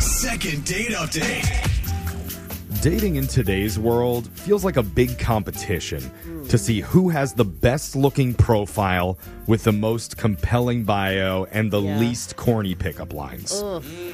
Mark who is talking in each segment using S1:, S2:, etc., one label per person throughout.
S1: Second date update.
S2: Dating in today's world feels like a big competition to see who has the best looking profile with the most compelling bio and the
S3: Yeah.
S2: least corny pickup lines.
S4: It's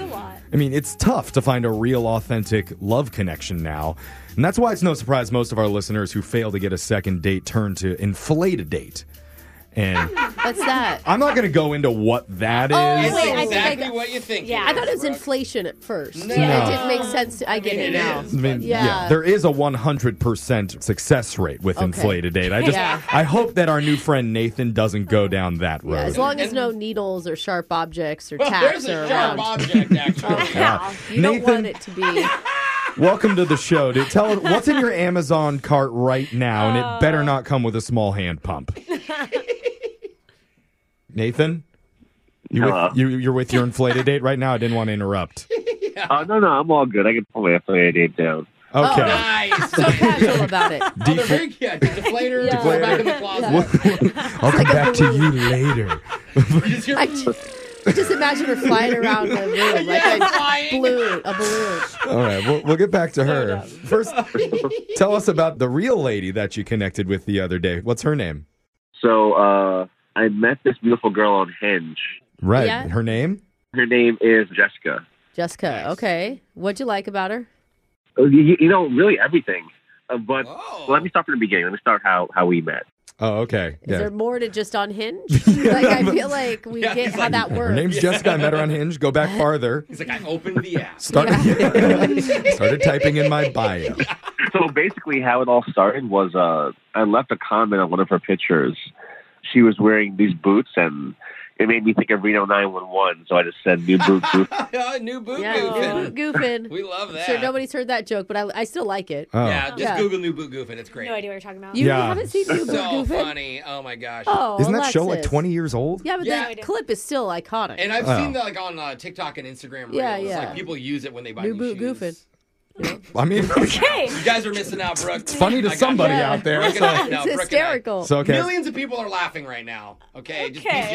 S4: a lot.
S2: I mean, it's tough to find a real, authentic love connection now. And that's why it's no surprise most of our listeners who fail to get a second date turn to inflate a date. And
S3: What's that?
S2: I'm not going to go into what that is.
S4: Oh,
S3: wait, I think I
S5: exactly
S3: got-
S5: what you think.
S4: Yeah.
S3: I thought it was inflation at first.
S5: No.
S3: It didn't make sense. To, I get it,
S5: It
S3: now.
S5: is.
S2: I mean, yeah.
S3: Yeah.
S2: there is a 100% success rate with inflated date. I just,
S3: Yeah.
S2: I hope that our new friend Nathan doesn't go down that road.
S3: Yeah, as long as no needles or sharp objects or
S5: There's
S3: tacks are
S5: a sharp
S3: around.
S5: object, actually.
S2: Yeah.
S3: You don't
S2: Nathan,
S3: want it to be.
S2: welcome to the show. Dude, tell what's in your Amazon cart right now, and
S3: Oh.
S2: it better not come with a small hand pump. Nathan, you
S6: Hello.
S2: with, you, you're with your inflated date right now. I didn't want to interrupt. Okay,
S6: Oh no, no, I'm all good. I can pull my affiliate date down.
S3: Oh,
S5: nice.
S3: so casual about it.
S5: Oh, the ring, yeah, the deflator,
S4: Yeah.
S5: throw it back in the closet.
S3: Oh,
S2: I'll come back to you later.
S5: You just hear
S3: I ju- just imagine her flying around the room like a
S5: flying.
S3: balloon, a balloon.
S2: All right, we'll, we'll get back to her. First, tell us about the real lady that you connected with the other day. What's her name?
S6: So uh, I met this beautiful girl on Hinge.
S2: Right.
S3: Yeah.
S2: Her name?
S6: Her name is Jessica.
S3: Jessica, okay. What'd you like about her?
S6: Uh, You, you know, really everything. Uh, but
S5: Whoa.
S6: let me start from the beginning. Let me start how how we met.
S2: Oh, okay.
S3: Is there more to just on Hinge? like I feel like we
S5: Yeah,
S3: get
S5: it's
S3: how that
S2: Her
S3: works.
S2: name's Jessica. I met her on Hinge. Go back farther.
S5: He's like, I opened the app.
S2: Start, started typing in my bio.
S6: So basically, how it all started was uh, I left a comment on one of her pictures. She was wearing these boots, and it made me think of Reno 911. So I just said new boot boot.
S5: Uh, new boot
S3: Yeah,
S5: goofing.
S3: goofing. goofing.
S5: We love that.
S3: Sure, nobody's heard that joke, but I, I still like it.
S2: Oh.
S5: Yeah, just
S3: Yeah.
S5: Google new boot goofing. It's great.
S4: No idea what you're talking about.
S3: You
S2: Yeah.
S3: haven't seen New Boot
S5: so
S3: Goofing?
S5: funny. Oh my gosh.
S3: Oh,
S2: Isn't that show like
S3: Alexis.
S2: 20 years old?
S3: Yeah, but
S5: Yeah.
S3: the clip is still iconic.
S5: And I've
S2: Oh.
S5: seen that like on uh, TikTok and Instagram. Reels.
S3: Yeah, yeah.
S5: Like people use it when they buy
S3: New
S5: new,
S3: boot
S5: shoes.
S3: goofing.
S2: I mean,
S4: Hey,
S5: You guys are missing out, Brooke. It's
S2: funny to somebody
S3: Yeah.
S2: out there.
S5: Brooke and I,
S2: So,
S5: no,
S3: it's
S5: Brooke and I-
S3: hysterical.
S2: so okay.
S5: Millions of people are laughing right now. Okay, just be
S4: Okay.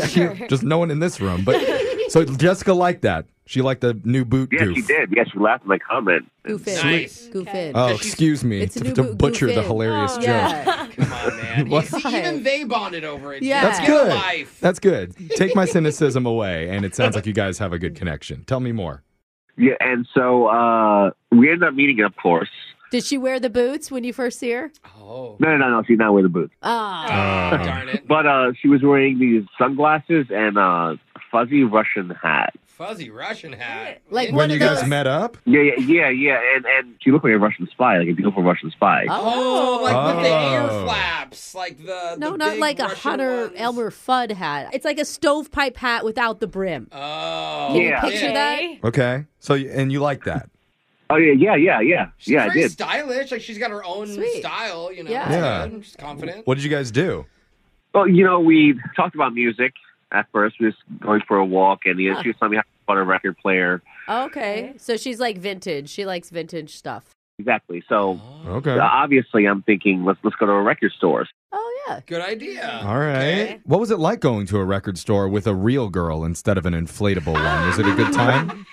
S5: jealous.
S2: Just no one in this room. But so Jessica liked that. She liked the new boot
S6: Yeah,
S2: goof.
S6: she did. Yeah, she laughed at my comment.
S3: Goofin.
S5: Nice.
S3: Goofin.
S2: Oh,
S5: She's-
S2: excuse me
S3: It's a
S2: to,
S3: new
S2: to
S3: boot
S2: butcher the
S3: goofing.
S2: hilarious joke.
S3: yeah.
S5: Come on, man. You
S2: What?
S5: see, even they bonded over it.
S3: Yeah.
S2: That's
S3: Get
S5: Your
S2: good.
S5: life.
S2: That's good. Take my cynicism away, and it sounds like you guys have a good connection. Tell me more.
S6: Yeah, and so uh, we ended up meeting, of course.
S3: Did she wear the boots when you first see her?
S5: Oh.
S6: No, no, no, no. She's not wearing the boots,
S3: Ah.
S5: Oh, darn it.
S6: but uh, she was wearing these sunglasses and a fuzzy Russian hat.
S5: Fuzzy Russian hat.
S3: Like
S2: when
S3: One
S2: you
S3: of
S2: guys
S3: those-
S2: met up,
S6: Yeah, yeah, yeah, yeah. And and she looked like a Russian spy, like a beautiful Russian spy.
S5: Oh, like with the air
S2: Oh.
S5: flaps, like the
S3: No,
S5: the
S3: not
S5: big
S3: like a
S5: Russian
S3: Hunter
S5: ones.
S3: Elmer Fudd hat. It's like a stovepipe hat without the brim.
S5: Oh,
S6: Can you Yeah.
S3: picture that?
S4: Okay.
S2: okay? So you- and you like that?
S6: Oh yeah, yeah, yeah, yeah,
S5: She's
S6: yeah. I
S5: very
S6: did.
S5: stylish. Like she's got her own
S3: Sweet.
S5: style. You know,
S3: Yeah.
S2: Yeah.
S5: It's good. she's confident.
S2: What did you guys do?
S6: Well, you know, we talked about music at first. We was going for a walk, and yeah, she was telling me how to put a record player.
S3: Okay. So she's like vintage. She likes vintage stuff.
S6: Exactly. So
S5: Oh,
S2: Oh,
S6: uh,
S2: Okay.
S6: obviously, I'm thinking let's let's go to a record store.
S3: Oh, yeah.
S5: Good idea.
S2: All right.
S5: Okay.
S2: What was it like going to a record store with a real girl instead of an inflatable one? Was it a good time?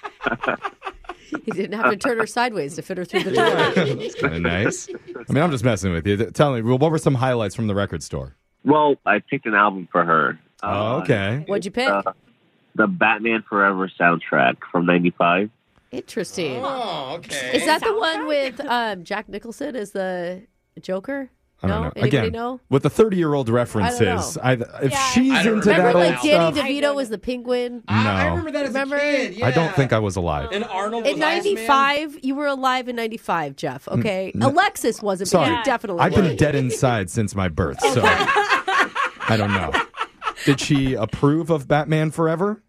S3: He didn't have to turn her sideways to fit her through the door.
S2: That's kind of nice. I mean, I'm just messing with you. Tell me, what were some highlights from the record store?
S6: Well, I picked an album for her.
S2: Oh,
S6: Uh,
S2: okay.
S3: What'd you pick?
S2: Uh,
S6: the Batman Forever soundtrack from '95.
S3: Interesting.
S5: Oh, okay.
S3: Is that the one with um, Jack Nicholson as the Joker?
S2: I don't
S3: no?
S2: know.
S3: Anybody
S2: Again,
S3: know?
S2: with the 30 year old references, I if
S4: Yeah.
S2: she's
S5: I don't
S2: into that
S5: remember
S3: Remember,
S2: old
S3: like Danny
S2: stuff,
S4: I
S3: DeVito
S4: don't
S3: was the penguin.
S5: I, I
S2: No.
S5: remember that as
S3: Remember?
S5: a kid. Yeah.
S2: I don't think I was alive.
S5: And Arnold
S3: In
S5: was Iceman.
S3: '95, you were alive in '95, Jeff. Okay, Alexis wasn't,
S2: Mm, Sorry.
S3: but you definitely.
S2: I've
S3: were.
S2: been dead inside since my birth, so I don't know. Did she approve of Batman Forever?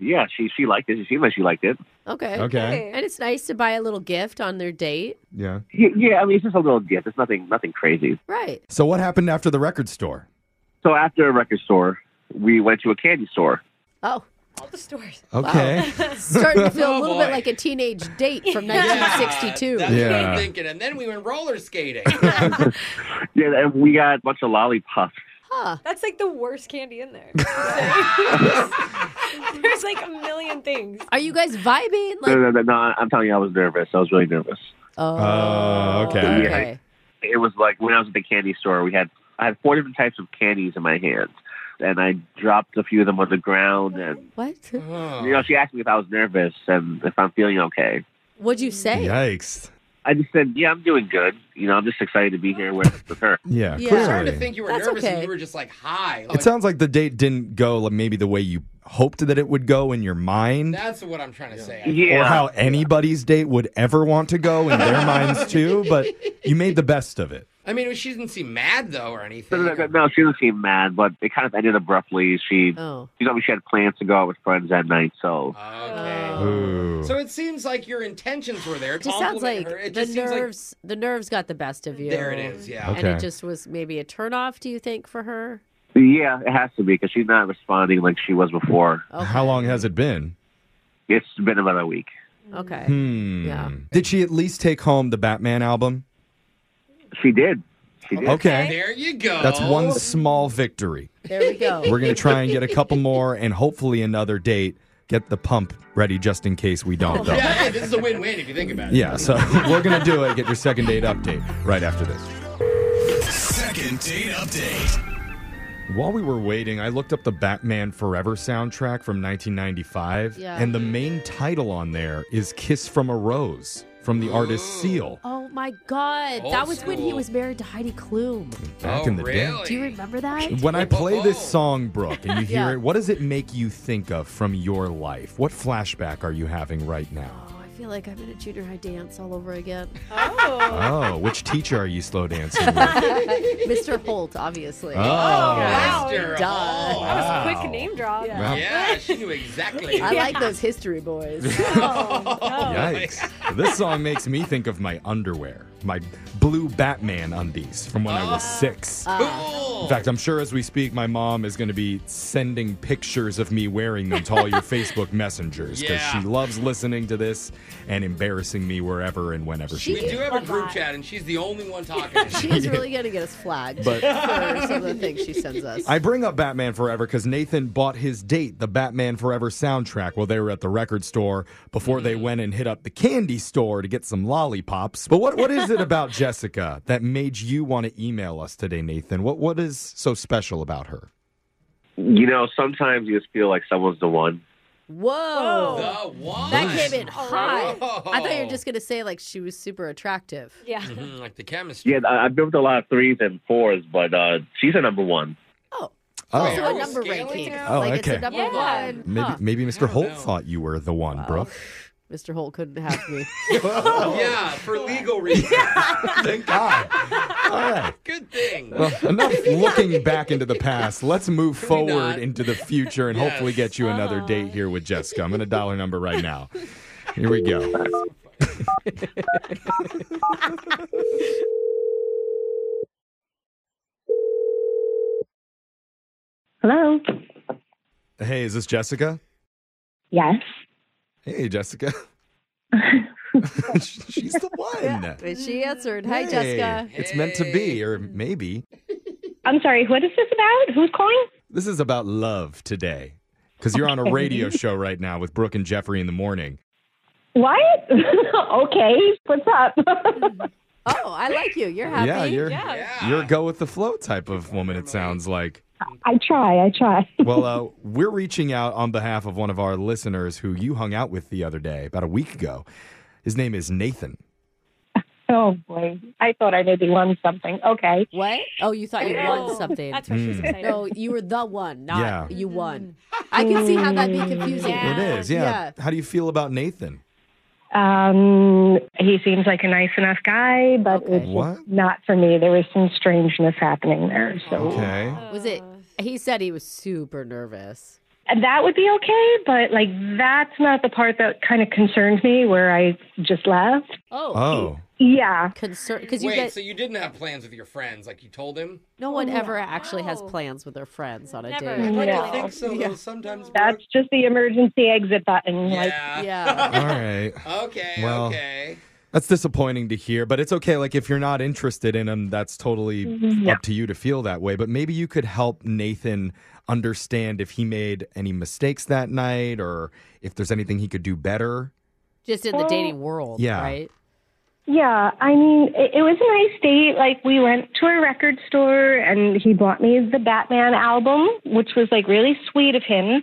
S6: Yeah, she she liked it. She seemed like she liked it.
S3: Okay.
S2: Okay.
S3: And it's nice to buy a little gift on their date,
S2: Yeah.
S6: Yeah, yeah, I mean, it's just a little gift. It's nothing nothing crazy.
S3: right?
S2: So what happened after the record store?
S6: So after a record store, we went to a candy store.
S3: Oh,
S4: All the stores.
S2: Okay.
S3: starting to feel a
S5: Oh,
S3: little bit
S5: boy.
S3: like a teenage date from
S5: Yeah,
S3: 1962.
S5: That's what
S2: Yeah.
S5: I'm thinking. And then we went roller skating.
S6: Yeah, and we got a bunch of lollipops.
S4: That's like the worst candy in there. There's like a million things.
S3: Are you guys vibing?
S6: No,
S3: Like,
S6: no, no, no, I'm telling you, I was nervous. I was really nervous.
S3: oh,
S2: Oh, okay.
S3: okay.
S6: It was like when I was at the candy store. We had I had four different types of candies in my hand, and I dropped a few of them on the ground. And
S3: What?
S6: you know, she asked me if I was nervous and if I'm feeling okay.
S3: What'd you say?
S2: Yikes.
S6: I just said, "Yeah, I'm doing good. You know, I'm just excited to be here with, with her."
S2: Yeah,
S3: Yeah.
S5: I'm starting
S2: clearly.
S5: to think you were
S3: That's
S5: nervous and
S3: okay.
S5: you were just like high. Like,
S2: it sounds like the date didn't go like maybe the way you hoped that it would go in your mind.
S5: that's what I'm trying to say. I-
S6: Yeah,
S2: Or how anybody's date would ever want to go in their minds too, but you made the best of it.
S5: I mean, she didn't seem mad though or anything.
S6: no, no, no, no, she didn't seem mad, but it kind of ended abruptly. She,
S3: Oh.
S6: she told me she had plans to go out with friends that night, so
S5: Okay.
S2: Ooh.
S5: Oh. So it seems like your intentions were there. to
S3: Just sounds
S5: compliment
S3: like
S5: her. It
S3: the
S5: just seems like-
S3: nerves. The nerves got the best of you.
S5: there it is. Yeah.
S2: Okay.
S3: And it just was maybe a turnoff. Do you think for her?
S6: yeah, it has to be because she's not responding like she was before.
S3: Okay.
S2: How long has it been?
S6: It's been about a week.
S3: Okay.
S2: Hmm.
S3: Yeah.
S2: Did she at least take home the Batman album?
S6: She did. She did.
S2: Okay.
S5: There you go.
S2: That's one small victory.
S3: There we go.
S2: We're going to try and get a couple more and hopefully another date. Get the pump ready just in case we don't, though.
S5: Yeah, hey, this is a win-win if you think about it.
S2: Yeah, so we're going to do it. Get your second date update right after this.
S1: Second date update.
S2: While we were waiting, I looked up the Batman Forever soundtrack from 1995,
S3: Yeah.
S2: and the main title on there is Kiss from a Rose from the artist Seal.
S3: Oh my God!
S5: Old
S3: that was when he
S5: school.
S3: was married to Heidi Klum.
S2: Back
S5: Oh,
S2: in the
S5: really?
S2: day.
S3: Do you remember that?
S2: When I play this
S5: Oh.
S2: song, Brooke, and you hear
S3: Yeah.
S2: it, what does it make you think of from your life? What flashback are you having right now?
S3: Oh, I feel like I'm in a junior high dance all over again.
S4: Oh.
S2: Oh, which teacher are you slow dancing with? Oh,
S3: Mr. Holt, obviously.
S4: wow.
S5: Master
S3: Duh.
S5: Hall.
S4: That was a
S2: Wow.
S4: quick name drop.
S3: Yeah.
S2: Wow.
S5: Oh. Yeah, she knew exactly.
S3: I like those history boys.
S4: Oh, no.
S2: Yikes. this song makes me think of my underwear, my blue Batman undies from when I was six.
S5: cool.
S2: In fact, I'm sure as we speak, my mom is going to be sending pictures of me wearing them to all your Facebook messengers because
S5: Yeah.
S2: she loves listening to this and embarrassing me wherever and whenever she,
S5: we do have a group chat, and she's the only one talking.
S3: She is really going to get us flagged
S2: But-
S3: for some of the things she sends us.
S2: I bring up Batman Forever because Nathan bought his date the Batman Forever soundtrack while they were at the record store before
S5: Mm-hmm.
S2: they went and hit up the candy store to get some lollipops. But what, what is it about Jessica that made you want to email us today, Nathan? What what is so special about her?
S6: You know, sometimes you just feel like someone's the one.
S3: Whoa.
S5: the one.
S3: That came in high.
S5: "Uh, Oh.
S3: I thought you were just going to say, like, she was super attractive.
S4: Yeah.
S5: Mhm, like the chemistry.
S6: Yeah, I- I've been with a lot of threes and fours, but uh, she's a number one.
S3: Oh.
S2: Oh,
S5: Wait,
S3: So
S5: are
S3: a
S5: we
S3: number
S5: scaling
S3: ranking.
S5: now?
S2: Oh,
S3: like,
S2: okay.
S3: it's a number
S4: Yeah.
S3: one.
S2: maybe
S3: Huh.
S2: maybe
S5: I
S2: Mr.
S5: don't
S2: Holt
S5: know.
S2: thought you were the one, Brooke.
S3: Mr. Holt couldn't have me.
S5: Yeah, for legal reasons.
S2: Thank God. All right.
S5: Good thing.
S2: Well, enough looking back into the past. Let's move
S5: we
S2: forward
S5: not?
S2: into the future and
S5: Yes.
S2: hopefully get you another date here with Jessica. I'm going to dial her number right now. Here we go.
S7: Hello.
S2: Hey, is this Jessica?
S7: Yes.
S2: Hey, Jessica. She's the one.
S3: But she answered, Hi,
S2: Hey,
S3: Jessica.
S2: It's meant to be, or maybe.
S7: I'm sorry. What is this about? Who's calling?
S2: This is about love today. Because you're on a radio show right now with Brooke and Jeffrey in the morning.
S7: What? okay. What's up?
S3: Oh, I like you. You're happy.
S2: Yeah, you're
S5: Yeah.
S2: you're a go with the flow type of woman, it sounds like.
S7: I try. I try.
S2: Well, uh, we're reaching out on behalf of one of our listeners who you hung out with the other day, about a week ago. His name is Nathan.
S7: Oh boy. I thought I maybe won something. Okay.
S3: What? Oh, you thought you won something.
S4: That's why
S2: Hmm.
S4: she's excited.
S3: No, you were the one, not
S2: Yeah.
S3: you won. I can see how that'd be confusing.
S4: Yeah.
S2: It is, yeah. How do you feel about Nathan?
S7: Um, he seems like a nice enough guy, but it's just
S2: What?
S7: not for me. There was some strangeness happening there. So
S2: Okay.
S4: Uh,
S3: Was it? He said he was super nervous.
S7: And that would be okay, but like that's not the part that kind of concerns me where I just left.
S3: Oh,
S2: Oh,
S7: Yeah.
S3: concern because you
S5: Wait,
S3: get
S5: so you didn't have plans with your friends, like you told him?
S3: no one ever actually has
S4: Wow.
S3: plans with their friends on a
S4: Never.
S3: date.
S5: I
S7: No.
S5: don't think so. though. Sometimes.
S7: That's just the emergency exit button.
S5: Brooke-
S7: Like
S5: yeah.
S3: Yeah.
S2: all right.
S5: Okay.
S2: Well,
S5: okay.
S2: That's disappointing to hear, but it's okay. Like, if you're not interested in him, that's totally up to you to feel that way. But maybe you could help Nathan understand if he made any mistakes that night or if there's anything he could do better.
S3: Just in the dating world,
S2: Yeah.
S3: right?
S7: Yeah, I mean, it, it was a nice date. Like, we went to a record store and he bought me the Batman album, which was like really sweet of him.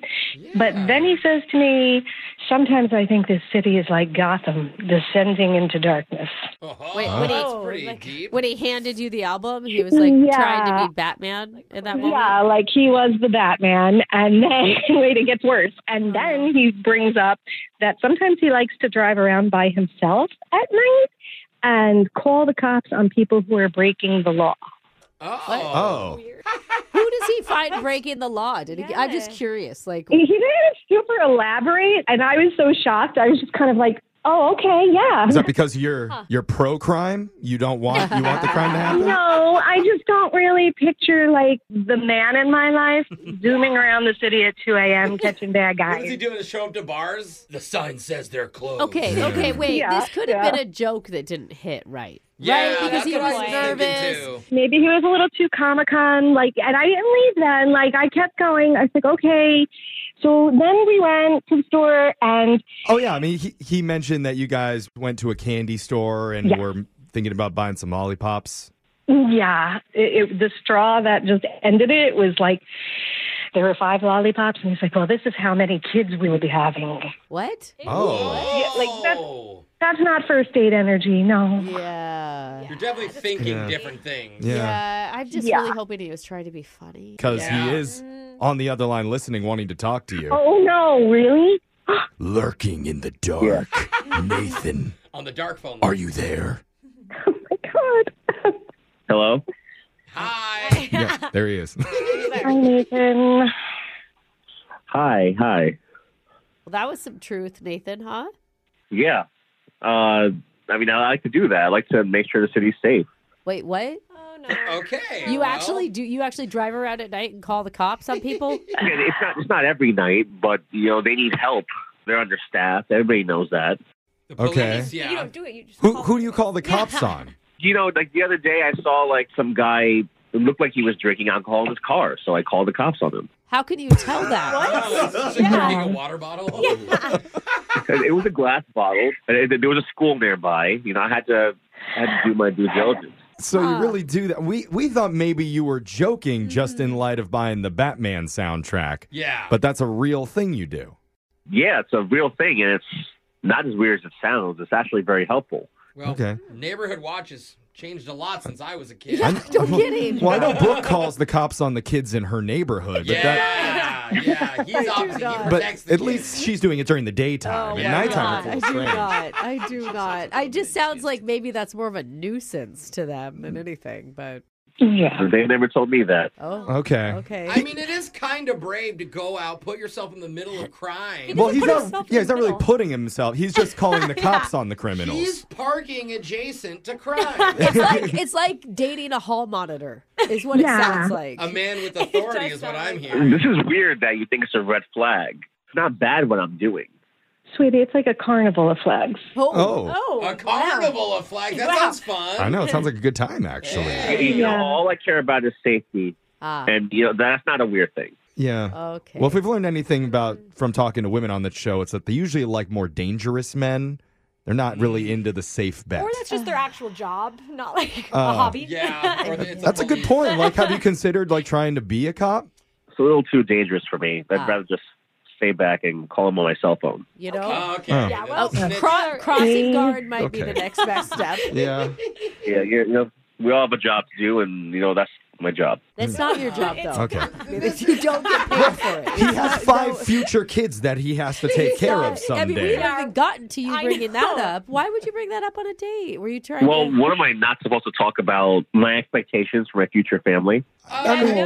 S7: But then he says to me, Sometimes I think this city is like Gotham, descending into darkness.
S5: Oh,
S3: Wait,
S5: that's
S3: what
S4: he-
S5: pretty
S4: like-
S5: deep.
S3: When he handed you the album, he was like
S7: Yeah.
S3: trying to be Batman in that moment.
S7: Yeah, like he was the Batman. And then, wait, it gets worse. And then he brings up that sometimes he likes to drive around by himself at night and call the cops on people who are breaking the law.
S5: Oh.
S2: Oh,
S3: Who does he find breaking the law? Did he, I'm just
S4: Yeah.
S3: curious. Like,
S7: he didn't super elaborate and i was so shocked i was just kind of like oh okay yeah
S2: is that because you're you're pro crime? You don't want you want the crime to happen?
S7: no i just don't really picture like the man in my life zooming around the city at 2 a.m catching bad
S5: What is he
S7: guys
S5: doing to show up to bars? The sign says they're closed.
S3: okay, okay, wait.
S7: Yeah,
S3: this could have
S7: yeah.
S3: been a joke that didn't hit right.
S5: Yeah,
S3: right? Because
S5: that's
S3: he
S5: what I
S3: was
S5: thinking,
S3: nervous.
S5: too.
S7: maybe he was a little too comic-con like and i didn't leave then like i kept going i was like okay so then we went to the store and
S2: Oh yeah, I mean he he mentioned that you guys went to a candy store and
S7: Yeah.
S2: were thinking about buying some lollipops.
S7: Yeah, it, it, the straw that just ended it was like there were five lollipops, and he's like, "Well, this is how many kids we will be having."
S3: What?
S2: Oh,
S7: Yeah, like, that's-
S5: Oh.
S7: That's not first date energy, no.
S3: Yeah.
S5: You're definitely thinking
S2: Yeah.
S5: different things.
S2: Yeah.
S3: Yeah. I'm just
S7: Yeah.
S3: really hoping he was trying to be funny.
S2: because
S5: Yeah.
S2: he is on the other line listening, wanting to talk to you.
S7: Oh no, really?
S2: Lurking in the dark, Nathan,
S5: On the dark phone.
S2: are you there?
S7: Oh my god!
S6: Hello?
S5: Hi.
S2: Yeah, there he is.
S7: Hi, Nathan.
S6: Hi, hi.
S3: Well, that was some truth, Nathan, huh?
S6: Yeah. Uh, I mean, I like to do that. I like to make sure the city's safe.
S3: Wait, what?
S4: Oh no.
S5: Okay.
S3: You
S5: well,
S3: actually do? You actually drive around at night and call the cops on people?
S6: I mean, it's not it's not every night, but you know they need help. They're understaffed. Everybody knows that.
S5: The police,
S2: Okay.
S4: You
S5: Yeah.
S4: don't do it. You just.
S2: who who do you call the cops on?
S6: You know, like the other day, I saw like some guy it looked like he was drinking alcohol in his car, so I called the cops on him.
S3: How can you tell that?
S5: Oh, is this like
S4: Yeah.
S5: drinking a water bottle?
S6: And it was a glass bottle, and it, there was a school nearby. You know, I had to I had to do my due diligence.
S2: So you
S3: Huh.
S2: really do that? We we thought maybe you were joking, just in light of buying the Batman soundtrack,
S5: Yeah.
S2: but that's a real thing you do.
S6: Yeah, it's a real thing, and it's not as weird as it sounds. It's actually very helpful.
S5: well,
S2: Okay.
S5: neighborhood watches changed a lot since I was a kid.
S2: I'm-
S3: No kidding.
S2: Well, I know Brooke calls the cops on the kids in her neighborhood, but that.
S5: yeah. Yeah. He's obviously he
S2: But
S5: protects the
S2: at
S5: kids.
S2: least she's doing it during the daytime.
S3: Oh,
S2: At
S5: Yeah.
S2: nighttime,
S3: God,
S2: it's
S3: I
S2: a
S3: do
S2: little strange.
S3: not. I do not. I just sounds like maybe that's more of a nuisance to them than anything. But
S7: Yeah.
S6: They never told me that.
S3: oh,
S2: Okay.
S3: okay.
S5: I mean, it is kind of brave to go out, put yourself in the middle of crime.
S2: Well, he's
S4: put
S2: not.
S4: himself in
S2: Yeah, he's
S4: the
S2: not really
S4: middle.
S2: putting himself. He's just calling the cops on the criminals.
S5: He's parking adjacent to crime.
S3: it's like it's like dating a hall monitor is what it
S7: Yeah.
S3: sounds like.
S5: a man with authority
S4: does
S5: is what
S4: sound
S5: I'm
S4: like
S5: hearing.
S6: This is weird that you think it's a red flag. It's not bad what I'm doing.
S7: Sweetie, it's like a carnival of flags.
S2: oh,
S4: Oh.
S5: A carnival of flags. That
S4: Wow.
S5: sounds fun.
S2: I know. It sounds like a good time, actually.
S6: You know,
S7: Yeah.
S6: all I care about is safety,
S3: Ah,
S6: and you know that's not a weird thing.
S2: Yeah.
S3: okay.
S2: Well, if we've learned anything about from talking to women on the show, it's that they usually like more dangerous men. They're not really into the safe bet.
S4: Or that's just their actual job, not like
S2: Oh.
S4: a hobby.
S5: Yeah. Or the, it's
S2: That's a good
S5: police.
S2: point. Like, have you considered like trying to be a cop?
S6: It's a little too dangerous for me. I'd
S3: Ah.
S6: rather just stay back and call him on my cell phone.
S3: you know,
S5: Oh, okay.
S2: Oh.
S4: Yeah,
S3: Oh,
S4: well,
S5: That's-
S3: cro- crossing
S7: Mm.
S3: guard might be
S2: Okay.
S3: the next best step.
S2: Yeah.
S6: Yeah, you you know, we all have a job to do, and you know that's my job.
S3: That's not your job, though.
S2: Okay.
S3: Because you don't get paid for it.
S2: He has five future kids that he has to take care of
S3: I mean, we
S2: someday.
S3: haven't even gotten to you
S4: I
S3: bringing that
S4: know.
S3: up. Why would you bring that up on a date? Were you trying?
S6: Well,
S3: to...
S6: what am I not supposed to talk about? My expectations for my future family.
S2: I mean,
S3: I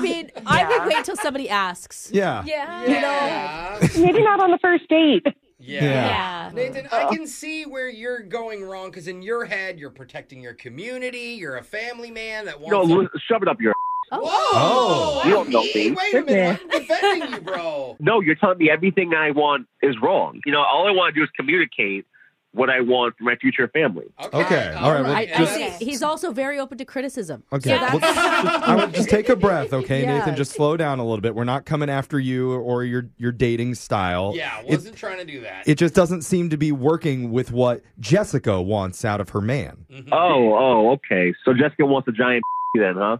S3: mean, I would wait till somebody asks.
S2: yeah.
S4: yeah.
S5: Yeah.
S7: Maybe not on the first date.
S5: Yeah.
S2: Yeah.
S5: Nathan, I can see where you're going wrong because in your head, you're protecting your community. You're a family man that wants.
S6: No,
S5: to-
S6: li- shove it up your.
S5: Whoa!
S2: Oh.
S6: You don't know
S5: Hey,
S6: me.
S5: Wait a minute, I'm defending you, bro.
S6: No, you're telling me everything I want is wrong. You know, all I want to do is communicate what I want for my future family.
S2: Okay, all right, well,
S3: I, I
S2: Just-
S3: see. He's also very open to criticism.
S2: Okay.
S3: So that's-
S2: well, just- I would just take a breath, okay,
S3: Yeah.
S2: Nathan. Just slow down a little bit. We're not coming after you or your your dating style.
S5: Yeah,
S2: It,
S5: wasn't trying to do that.
S2: it just doesn't seem to be working with what Jessica wants out of her man.
S3: Mm-hmm.
S6: Oh, oh, okay. So Jessica wants a giant then, huh?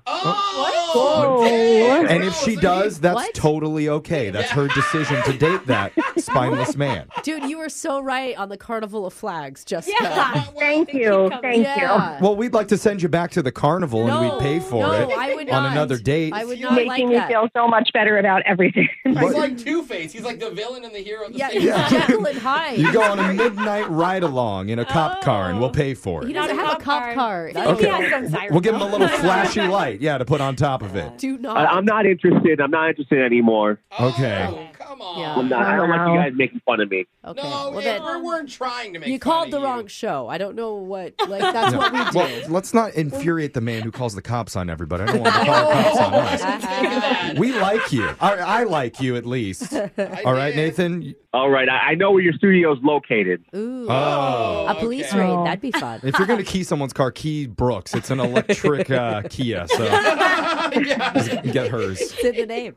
S5: oh,
S7: What?
S5: damn,
S2: And if
S5: gross.
S2: she
S5: Look at
S2: does, that's
S3: What?
S2: totally okay. That's her decision to date that spineless man.
S3: Dude, you were so right on the Carnival of Flags, Jessica.
S4: Yeah.
S7: Thank
S4: They keep
S7: you.
S4: coming.
S7: Thank you.
S3: Yeah.
S2: Well, we'd like to send you back to the carnival and
S3: no,
S2: we'd pay for
S3: no,
S2: it
S3: I would
S2: on
S3: not.
S2: another date.
S3: I would
S5: You
S3: not like
S7: Making me
S3: that.
S7: feel so much better about everything.
S5: He's
S2: What?
S5: like Two Face. He's like the villain and the hero at the
S3: yeah,
S5: same
S2: Yeah.
S5: time.
S3: Jekyll and Hyde.
S2: You go on a midnight ride along in a cop
S3: Oh.
S2: car and we'll pay for
S3: he
S2: it.
S4: Not
S3: doesn't
S4: a
S3: have a
S4: cop
S3: cop car.
S4: car.
S2: Okay.
S4: He has some siren
S2: We'll give him a
S4: though.
S2: little flashy light, yeah, to put on top of it.
S3: Do not.
S6: I, I'm not interested. I'm not interested anymore.
S2: Okay.
S5: Oh, come on.
S3: Yeah.
S6: I'm not. I don't like you guys making fun of me.
S3: okay.
S5: No,
S3: well,
S5: it-
S3: then-
S5: we're, we're trying to make
S3: you
S5: fun
S3: called
S5: of
S3: the
S5: you.
S3: wrong show. I don't know what. Like that's
S2: No.
S3: what we do.
S2: Well, let's not infuriate the man who calls the cops on everybody. I don't want to call the cops on us. We like you. I, I like you at least.
S5: I
S2: All right,
S5: did.
S2: Nathan.
S6: All right, I, I know where your studio's located.
S3: Ooh,
S2: Oh,
S3: a police
S5: okay.
S3: raid. That'd be fun.
S2: if you're gonna key someone's car, key Brooks. It's an electric uh, Kia, so
S5: yeah.
S2: get hers.
S3: It's in the name.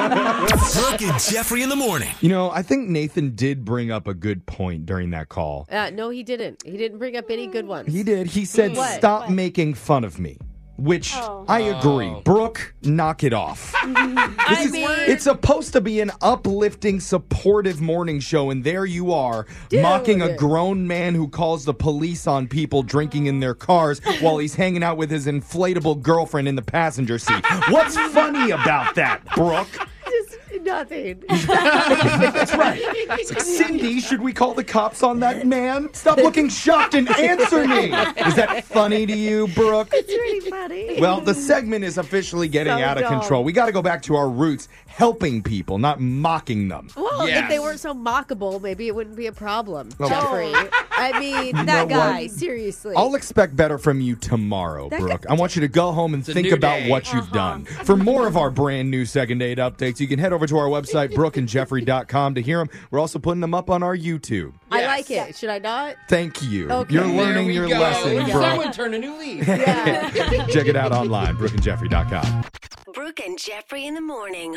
S1: Brooke and Jeffrey in the morning.
S2: You know, I think Nathan did bring up a good point during that call.
S3: Uh, no, he didn't. He didn't bring up any good ones.
S2: He did. He said,
S3: What?
S2: "Stop
S4: What?
S2: making fun of me," which
S4: Oh.
S2: I agree.
S5: Oh.
S2: Brooke, knock it off.
S3: I
S2: This is-
S3: mean,
S2: it's supposed to be an uplifting, supportive morning show, and there you are mocking a grown man who calls the police on people drinking in their cars while he's hanging out with his inflatable girlfriend in the passenger seat. What's funny about that, Brooke?
S3: just nothing.
S2: That's right. It's like, Cindy, should we call the cops on that man? Stop looking shocked and answer me. Is that funny to you, Brooke?
S3: It's really funny.
S2: Well, the segment is officially getting
S3: So
S2: out of
S3: dumb.
S2: control. We got to go back to our roots, helping people, not mocking them.
S3: Well, if they
S5: Yes.
S3: weren't so mockable, maybe it wouldn't be a problem.
S2: Okay.
S3: Jeffrey, I mean,
S2: know
S3: that
S2: what?
S3: guy, seriously.
S2: I'll expect better from you tomorrow, Brooke. I want you to go home and
S5: a
S2: think
S5: new
S2: about
S5: day.
S2: what you've done. For more of our brand new second date updates, you can head over to our website, brookeandjeffrey.com, to hear them. We're also putting them up on our YouTube.
S3: I
S5: Yes.
S3: like it. Should I not?
S2: Thank you.
S3: Okay.
S2: You're
S5: There
S2: learning
S5: we
S2: your
S5: go.
S2: lesson, Brooke.
S5: Someone turn a new leaf.
S3: Yeah.
S2: Check it out online, brookeandjeffrey.com.
S8: Brooke and Jeffrey in the morning.